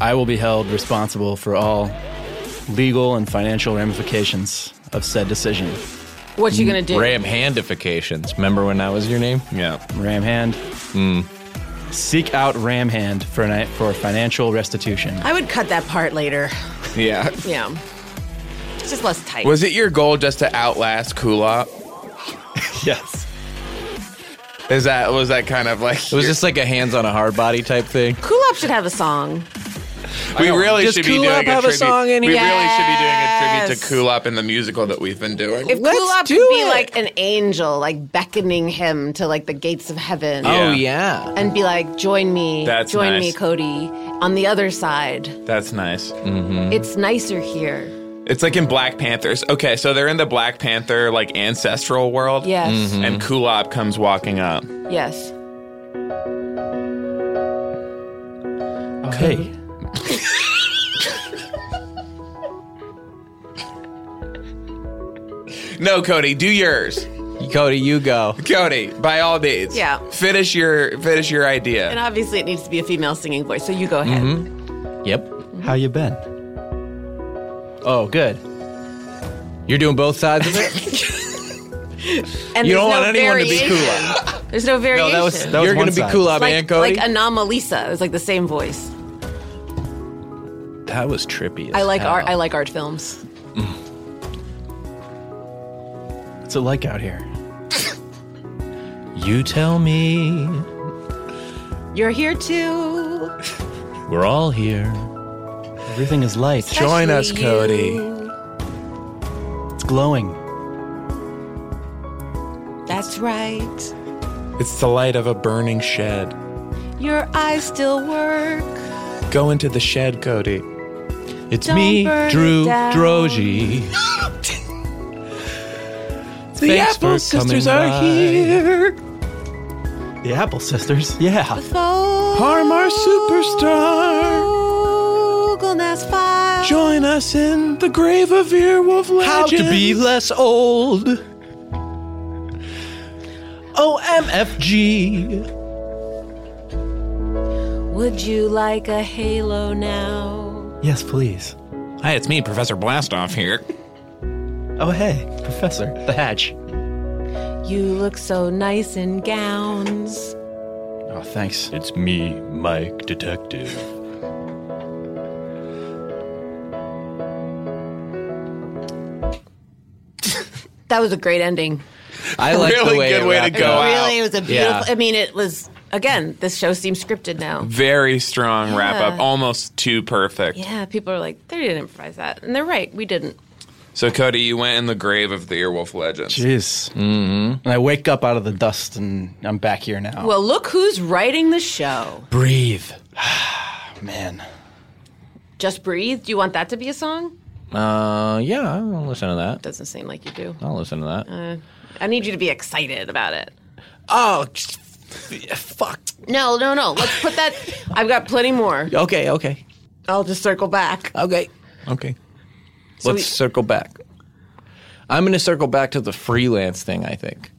I will be held responsible for all legal and financial ramifications of said decision.
What you going to do?
Ram handifications. Remember when that was your name?
Yeah.
Ram Hand. Seek out Ram Hand for, ni- for financial restitution.
I would cut that part later.
Yeah.
Yeah. It's just less tight.
Was it your goal just to outlast Kulop?
Yes.
Is that was that kind of like
It was just like a hands on a hard body type thing.
Kulop should have a song.
we really
Does
should be
Kulop
doing a
have a
tribute.
song in
we
here?
really should be doing a tribute to Kulop in the musical that we've been doing.
If
Let's
Kulop
do
could be
it.
like an angel, like beckoning him to like the gates of heaven.
Yeah.
Oh yeah.
And be like, join me,
That's
join
nice.
me, Cody. On the other side,
Mm-hmm.
That's nice.
it's nicer here.
It's like in Black Panthers. Okay, so they're in the Black Panther like ancestral world. Mm-hmm.
Yes,
Mm-hmm.
And Kulop comes walking up.
yes.
Okay.
No, Cody, do yours.
Cody, you go.
Cody, by all means.
Yeah.
Finish your finish your idea.
And obviously, it needs to be a female singing voice. So you go ahead.
Mm-hmm. Yep.
How you been? Oh, good.
You're doing both sides of it?
And
You
there's
don't
no
want anyone to be
variation. There's no variation.
that was- that was-
You're
one
gonna be
side.
Kulop
like,
and Cody.
like Anomalisa. It was like the same voice.
that was trippy. as
I like
hell.
art. I like art films.
What's it like out here?
You tell me.
You're here too.
We're all here.
Everything is light.
Join us,
Especially
Cody.
you.
It's glowing.
That's right.
It's the light of a burning shed.
Your eyes still work.
Go into the shed, Cody.
It's
Don't
me,
burn
Drew
it down.
Drogi.
*gasps* The
Thanks for
Apple Sisters
coming
are
by.
here.
The Apple Sisters. Yeah.
Harm our superstar. Join us in the grave of Earwolf legend. How to be less old. OMFG.
Would you like a halo now?
Yes, please.
Hi, it's me, Professor Blastoff here.
Oh, hey, Professor. The Hatch.
You look so nice in gowns.
Oh, thanks.
It's me, Mike Detective.
That was a great ending.
I like
Really
the way
good
it
way to
wrapped
go
up.
out.
Really, it was a
Yeah.
beautiful. I mean, it was again. This show seems scripted now.
Very strong wrap up,
Yeah.
almost too perfect.
Yeah, people are like, they didn't improvise that, and they're right. We didn't.
So, Cody, you went in the grave of the Earwolf legends.
Jeez. Mm-hmm. And I wake up out of the dust and I'm back here now.
Well, look who's writing the show.
breathe. *sighs* Man.
Just breathe. Do you want that to be a song?
Uh, yeah, I'll listen to that.
Doesn't seem like you do.
I'll listen to that.
I need you to be excited about it.
oh, just- *laughs* fuck.
No, no, no. Let's put that. I've got plenty more.
Okay, okay,
I'll just circle back.
okay, okay. Let's
we-
circle back. I'm going to circle back to the freelance thing. I think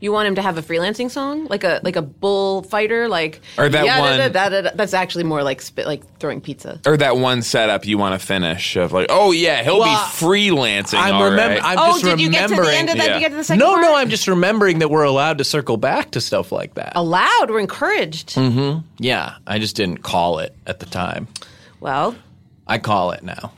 You want him to have a freelancing song, like a like a bullfighter, like
Or that one-
da- da- da- da- that's actually more like spit, like throwing pizza.
Or that one setup you want to finish of like, oh yeah, he'll
Well,
be freelancing.
I'm
all
remember.
right.
I'm
Oh,
just
did you get to the
remembering.
end of that? Did you get to the second
No, no.
part?
I'm just remembering that we're allowed to circle back to stuff like that.
Allowed, we're encouraged.
Mm.
hmm Yeah, I just didn't call it at the time.
Well,
I call it now.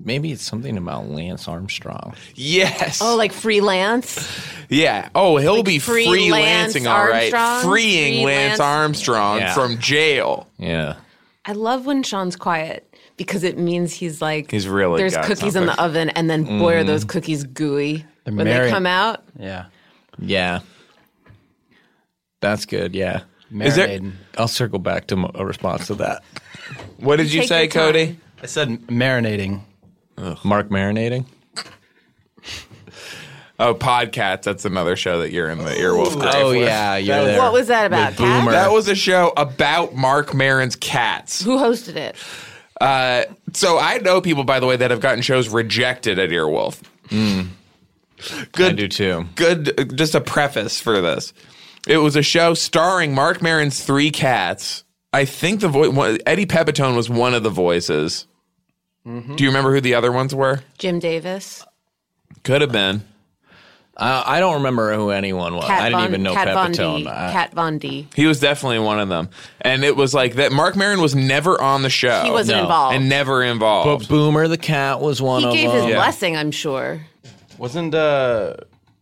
Maybe it's something about Lance Armstrong.
Yes.
Oh, like freelance.
Yeah. Oh, he'll be
free
freelancing
Lance
all right,
Armstrong?
freeing
Free
Lance
Lance-
Armstrong
Yeah.
from jail.
Yeah.
I love when Sean's quiet because it means he's like
He's really
there's
got
cookies in the
something. Mm.
oven, and then boy are
Mhm.
those cookies gooey
They're
when
married.
they come out.
Yeah.
Yeah. That's good. Yeah.
Is there- Marinating.
I'll circle back to m- a response to that.
What did you Take say, your time. Cody?
I said marinating.
Mark marinating.
Oh, Podcats. That's another show that you're in the Earwolf Grave.
Oh,
with.
yeah, you're That was- there.
What was that about,
With
cats?
That was a show about Mark Maron's cats.
Who hosted it?
Uh, so I know people, by the way, that have gotten shows rejected at Earwolf. Good, I do
too.
Good, just a preface for this. It was a show starring Mark Maron's three cats. I think the voice Eddie Pepitone was one of the voices.
Mm-hmm.
Do you remember who the other ones were?
Jim Davis.
Could have been.
Uh, I, I don't remember who anyone was.
Cat
I didn't
Von-
even know
Cat Von
Pepitone.
D.
I-
Cat Von D.
He was definitely one of them, and it was like that. Mark Maron was never on the show.
Oh,
He wasn't No. involved.
and never involved.
But Boomer the cat was one
He
of
gave
them.
his blessing, I'm sure.
Wasn't uh,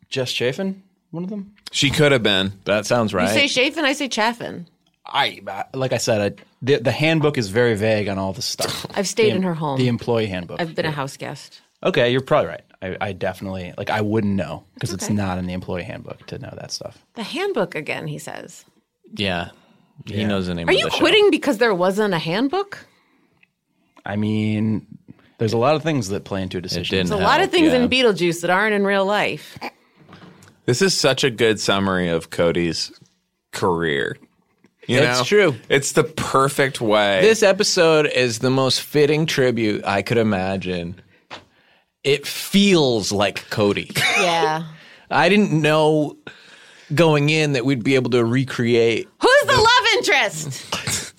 Jess Chafin one of them?
She could have been.
That sounds right.
You say Chafin, I say Chaffin.
I like I said, I, the the handbook is very vague on all this stuff.
*laughs* I've stayed
The-
in her home.
The employee handbook.
I've been a house guest.
okay, you're probably right. I, I definitely like I wouldn't know because it's
Okay.
not in the employee handbook to know that stuff.
The handbook again, he says.
Yeah. He knows the name
Are
of
you
the show.
quitting because there wasn't a handbook?
I mean, there's a lot of things that play into a decision.
There's a lot of things in Beetlejuice that aren't in real life.
This is such a good summary of Cody's career. You
It's
know?
true.
It's the perfect way.
This episode is the most fitting tribute I could imagine. It feels like Cody.
Yeah.
I didn't know going in that we'd be able to recreate.
Who's the love
*laughs*
interest?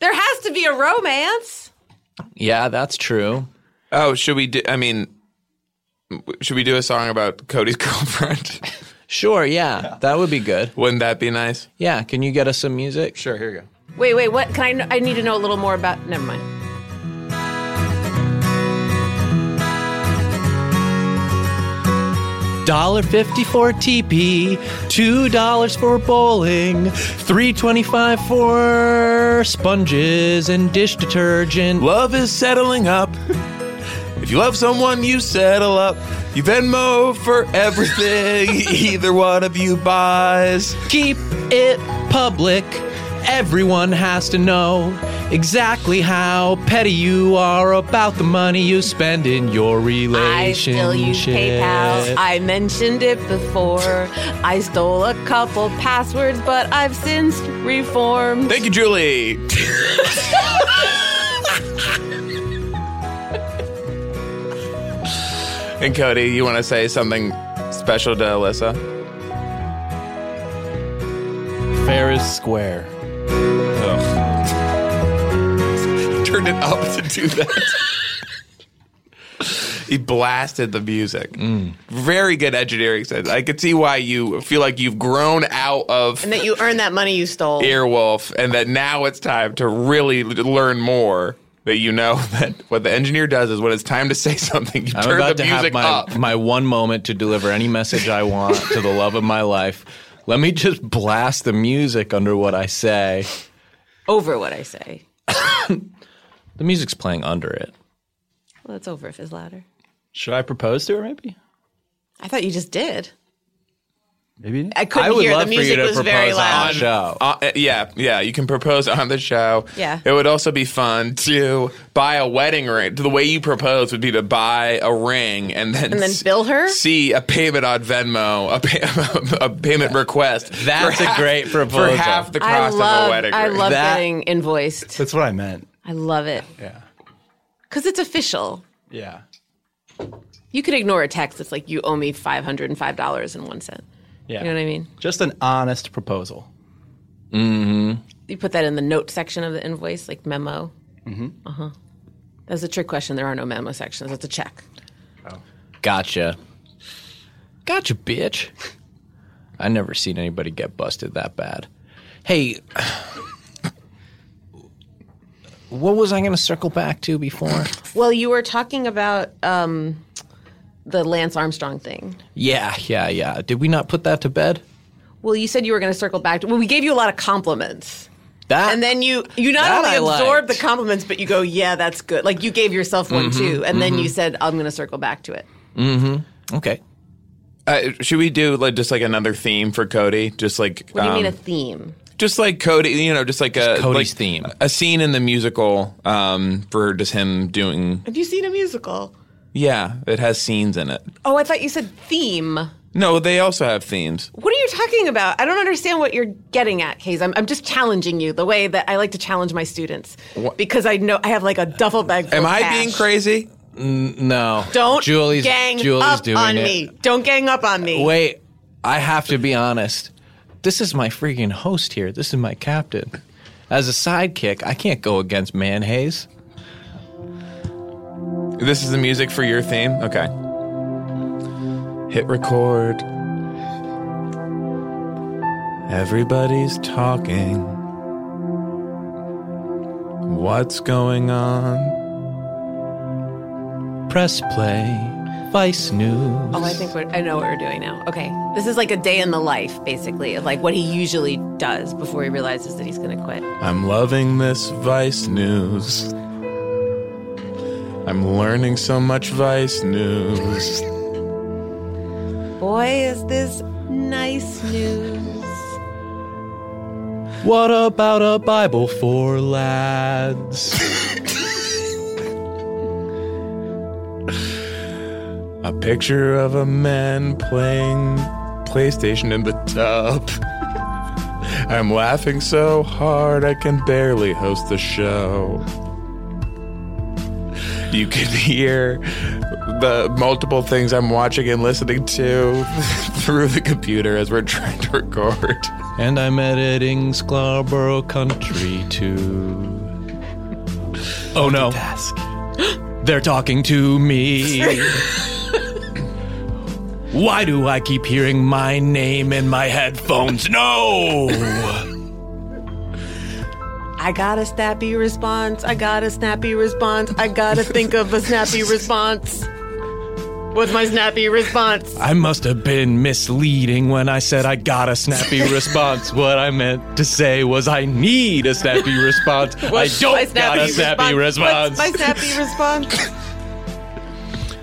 there has to be a romance.
Yeah, that's true.
Oh, should we do I mean should we do a song about Cody's *laughs* girlfriend?
Sure, yeah. That would be good.
Wouldn't that be nice?
Yeah, can you get us some music?
Sure, here you go.
Wait, wait, what? Can I? kn- I need to know a little more about. Never mind.
Dollar fifty for TP, two dollars for bowling, three twenty-five for sponges and dish detergent.
Love is settling up. If you love someone, you settle up. You Venmo for everything *laughs* either one of you buys.
Keep it public. Everyone has to know exactly how petty you are about the money you spend in your
I
relationship.
still use PayPal. I mentioned it before. I stole a couple passwords, but I've since reformed.
Thank you, Julie. and Cody, you want to say something special to Alyssa?
Fair is square.
*laughs* Turned it up to do that. he blasted the music. Very good engineering sense. I could see why you feel like you've grown out of
and that you earned that money you stole.
Earwolf, and that now it's time to really l- learn more. That you know *laughs* that what the engineer does is when it's time to say something, you
I'm
turn
about
the
to have
music
my,
up.
my one moment to deliver any message I want to the love of my life. Let me just blast the music under what I say.
Over what I say.
The music's playing under it.
Well, that's over if it's louder.
Should I propose to her? Maybe.
I thought you just did.
Maybe.
I couldn't
I would
hear.
love
the
for you
music
to
was very
propose
loud.
on show. Uh, yeah, yeah. You can propose on the show.
Yeah.
It would also be fun to buy a wedding ring. The way you propose would be to buy a ring and then
And then
s-
bill her?
See a payment on Venmo, a, pay- *laughs* a payment request.
That's a great
for
proposal.
half the
I
cost
love,
of a wedding
I
ring.
love
That-
getting invoiced.
That's what I meant.
I love it.
Yeah.
Because it's official.
Yeah.
You could ignore a text that's like you owe me five hundred and five dollars and one cent.
Yeah.
You know what I mean?
Just an honest proposal.
Mm-hmm.
You put that in the note section of the invoice, like memo.
Mm-hmm.
Uh huh. That's a trick question. There are no memo sections. It's a check.
Gotcha. Gotcha, bitch. I never seen anybody get busted that bad. Hey, *sighs* what was I going to circle back to before?
Well, you were talking about um, the Lance Armstrong thing.
Yeah, yeah, yeah. Did we not put that to bed?
Well, you said you were going to circle back. To, well, we gave you a lot of compliments.
That
and then you you not
that
only
I
absorb the compliments, but you go, yeah, that's good. Like you gave yourself one
Mhm,
too, and then
mhm.
you said, I'm going to circle back to it.
Mm-hmm. Okay.
Uh, should we do like just like another theme for Cody? Just like
What do you mean a
um,
theme?
just like Cody, you know, just like a
Cody's
like
theme.
a scene in the musical um, for just him doing.
Have you seen a musical?
Yeah, it has scenes in it.
Oh, I thought you said theme. What
No, they also have themes.
are you talking about? I don't understand what you're getting at, Hayes. I'm, I'm just challenging you the way that I like to challenge my students
What-
because I know I have like a duffel bag. Full
Am
of
I
cash.
being crazy? Mm,
no.
Don't
Julie's
gang
Julie's
up
doing
on
it.
me. Don't gang up on me.
Wait, I have to be honest. This is my freaking host here. This is my captain. As a sidekick, I can't go against Man Hayes.
This is the music for your theme? Okay. Hit record. Everybody's talking. What's going on?
Press play. Vice News.
Oh, I think we're, I know what we're doing now. Okay, this is like a day in the life, basically, of like what he usually does before he realizes that he's going to quit.
I'm loving this Vice News. I'm learning so much Vice News.
Boy, is this nice news.
What about a Bible for lads?
A picture of a man playing PlayStation in the tub. I'm laughing so hard I can barely host the show. You can hear the multiple things I'm watching and listening to *laughs* through the computer as we're trying to record.
and I'm editing Scarborough Country
*laughs*
too. Oh no. *gasps* They're talking to
*laughs*
me. Why do I keep hearing my name in my headphones?
*laughs*
No!
I got a snappy response. I got a snappy response. I got to think of a snappy response. What's my snappy response?
I must have been misleading when I said I got a
*laughs*
snappy response. What I meant to say was I need a
*laughs*
snappy response. I
What's my
don't got a snappy response.
What's my snappy response?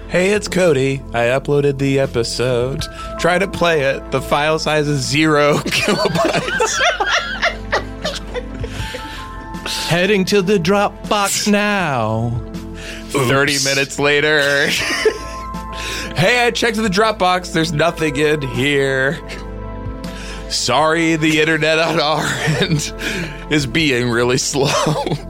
Hey, it's Cody. I uploaded the episode. Try to play it. The file size is zero *laughs* kilobytes.
Heading to the
*laughs*
Dropbox now.
30 minutes later. *laughs* hey, I checked the Dropbox. There's nothing in here. Sorry, the internet on our *laughs* end is being really slow. *laughs*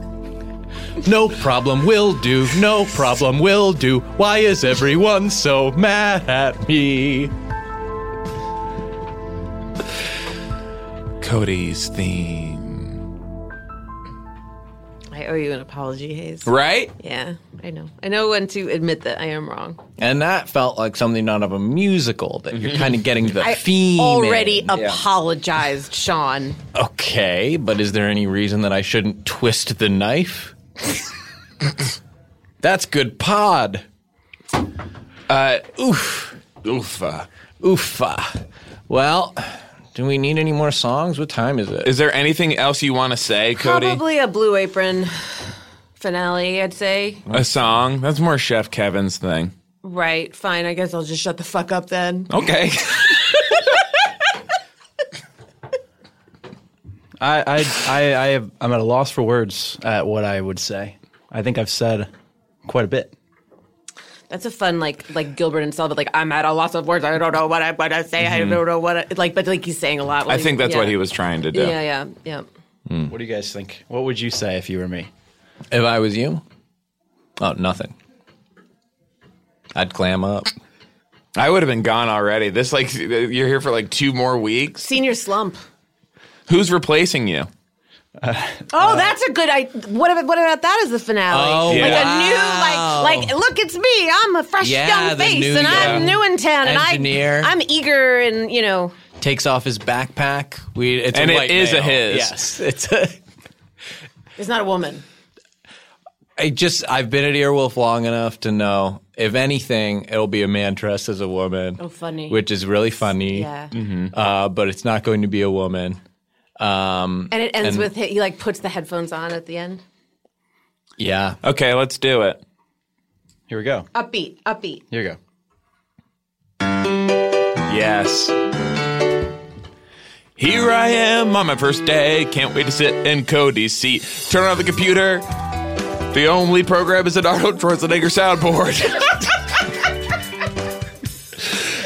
No problem, will do. No problem, will do. Why is everyone so mad at me?
Cody's theme.
*laughs* I owe you an apology, Hayes.
Right?
Yeah, I know. I know when to admit that I am wrong.
And that felt like something out of a musical that you're kind of getting the
*laughs* I
theme.
already
in.
apologized, Sean.
Okay, but is there any reason that I shouldn't twist the
*laughs*
knife? That's good pod. Uh, oof.
Oofa.
Oofa. Well, do we need any more songs? What time is it?
Is there anything else you want to say, Cody?
Probably a Blue Apron finale, I'd say.
A song? That's more Chef Kevin's thing.
Right, fine. I guess I'll just shut the fuck up then.
Okay.
I, I, I, I have, I'm at a loss for words at what I would say. I think I've said quite a bit.
That's a fun like like Gilbert and Sullivan. Like I'm at a loss of words. I don't know what I what I say. I
Mhm.
don't know what I, like. But like he's saying a lot. while
I think that's
yeah.
what he was trying to do.
Yeah, yeah, yeah.
What do you guys think? What would you say if you were me?
If I was you? Oh, nothing. I'd clam up.
I would have been gone already. This like you're here for like two more weeks.
Senior slump.
Who's replacing you?
Oh, that's a good. I what about what about that as the finale?
Uh, Oh,
like
yeah.
a new like like look, it's me. I'm a fresh
Yeah,
young
the
face,
new
and I'm
young
new in town, and
engineer.
I I'm eager, and you know
Takes off his backpack. We it's
And
a
it
white
is a
male.
his.
Yes, it's a.
it's not a woman.
I just I've been at Earwolf long enough to know if anything, it'll be a man dressed as a woman.
Oh, funny.
Which is really
Mm-hmm.
funny.
Yeah.
Uh, but it's not going to be a woman. Um,
And it ends
And-
with he, he like puts the headphones on at the end.
yeah.
Okay, let's do it.
Here we go.
Upbeat, upbeat.
Here we go.
Yes. Here I am on my first day. Can't wait to sit in Cody's seat. Turn on the computer. The only program is an Arnold Schwarzenegger soundboard.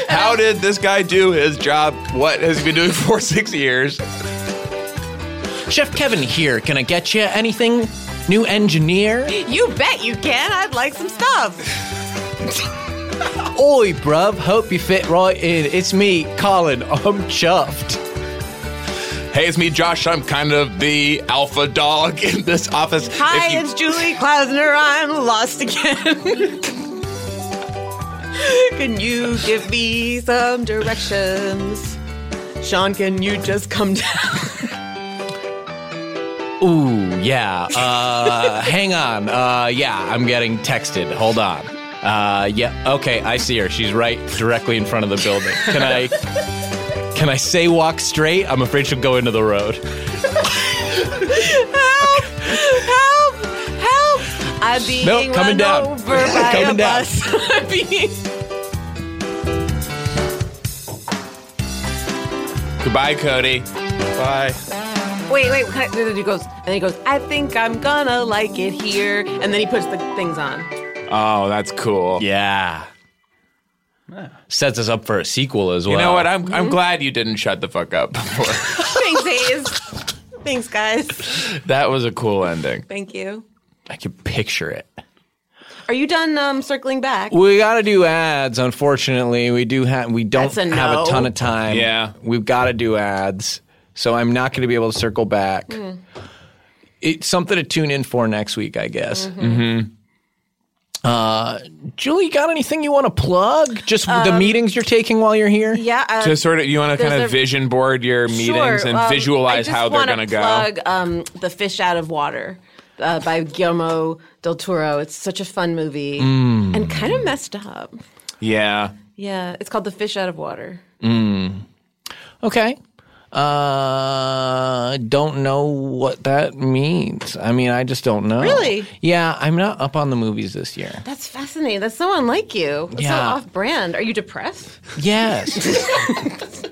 *laughs* How did this guy do his job? What has he been doing for six years?
Chef Kevin here. Can I get you anything? New engineer?
You bet you can. I'd like some stuff.
Oi, bruv. Hope you fit right in. It's me, Colin. I'm chuffed.
Hey, it's me, Josh. I'm kind of the alpha dog in this office.
Hi,
If you-
it's Julie Klausner. I'm lost again. *laughs* can you give me some directions? Sean, can you just come down?
Ooh, yeah. Uh, *laughs* hang on. Uh, yeah, I'm getting texted. Hold on. Uh, yeah. Okay, I see her. She's right directly in front of the building. Can I? Can I say walk straight? I'm afraid she'll go into the road.
help! Help! Help! I'm being
Nope,
run
coming down.
over
*laughs*
by
Coming
a
down.
bus. *laughs* I'm being-
Goodbye, Cody.
Bye.
Wait, wait. Can I, then he goes, and then he goes. I think I'm gonna like it here. And then he puts the things on.
Oh, that's cool.
Yeah. Sets us up for a sequel as well.
You know what? I'm I'm glad you didn't shut the fuck up *laughs* before.
Thanks,
*laughs*
A's. Thanks, guys.
that was a cool ending.
Thank you.
I can picture it.
Are you done um, circling back?
We got to do ads. Unfortunately, we do have we don't
That's a
have
no.
a ton of time.
Yeah.
we've got to do ads. So I'm not going to be able to circle back.
Mm.
It's something to tune in for next week, I guess. Mm-hmm. Uh, Julie, got anything you want to plug? Just
Um,
the meetings you're taking while you're here.
Yeah. Uh,
To sort of, you want to kind
There's
of
a-
vision board your meetings
Sure,
and
um,
visualize
I just
how they're
wanna
going to go.
plug, Um, the fish out of water. Uh, by Guillermo del Toro. It's such a fun movie
Mm.
and kind of messed up.
Yeah.
Yeah, it's called The Fish Out of Water.
Okay. Uh, don't know what that means. I mean, I just don't know.
Really?
Yeah, I'm not up on the movies this year.
That's fascinating. That's so unlike you. That's so
Yeah.
off brand. Are you depressed?
Yes.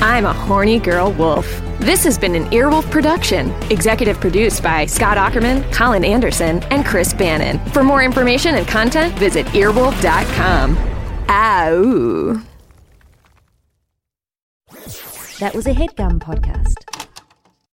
I'm a horny girl wolf. This has been an Earwolf production, executive produced by Scott Ackerman, Colin Anderson, and Chris Bannon. For more information and content, visit earwolf.com. Ow.
That was a headgum podcast.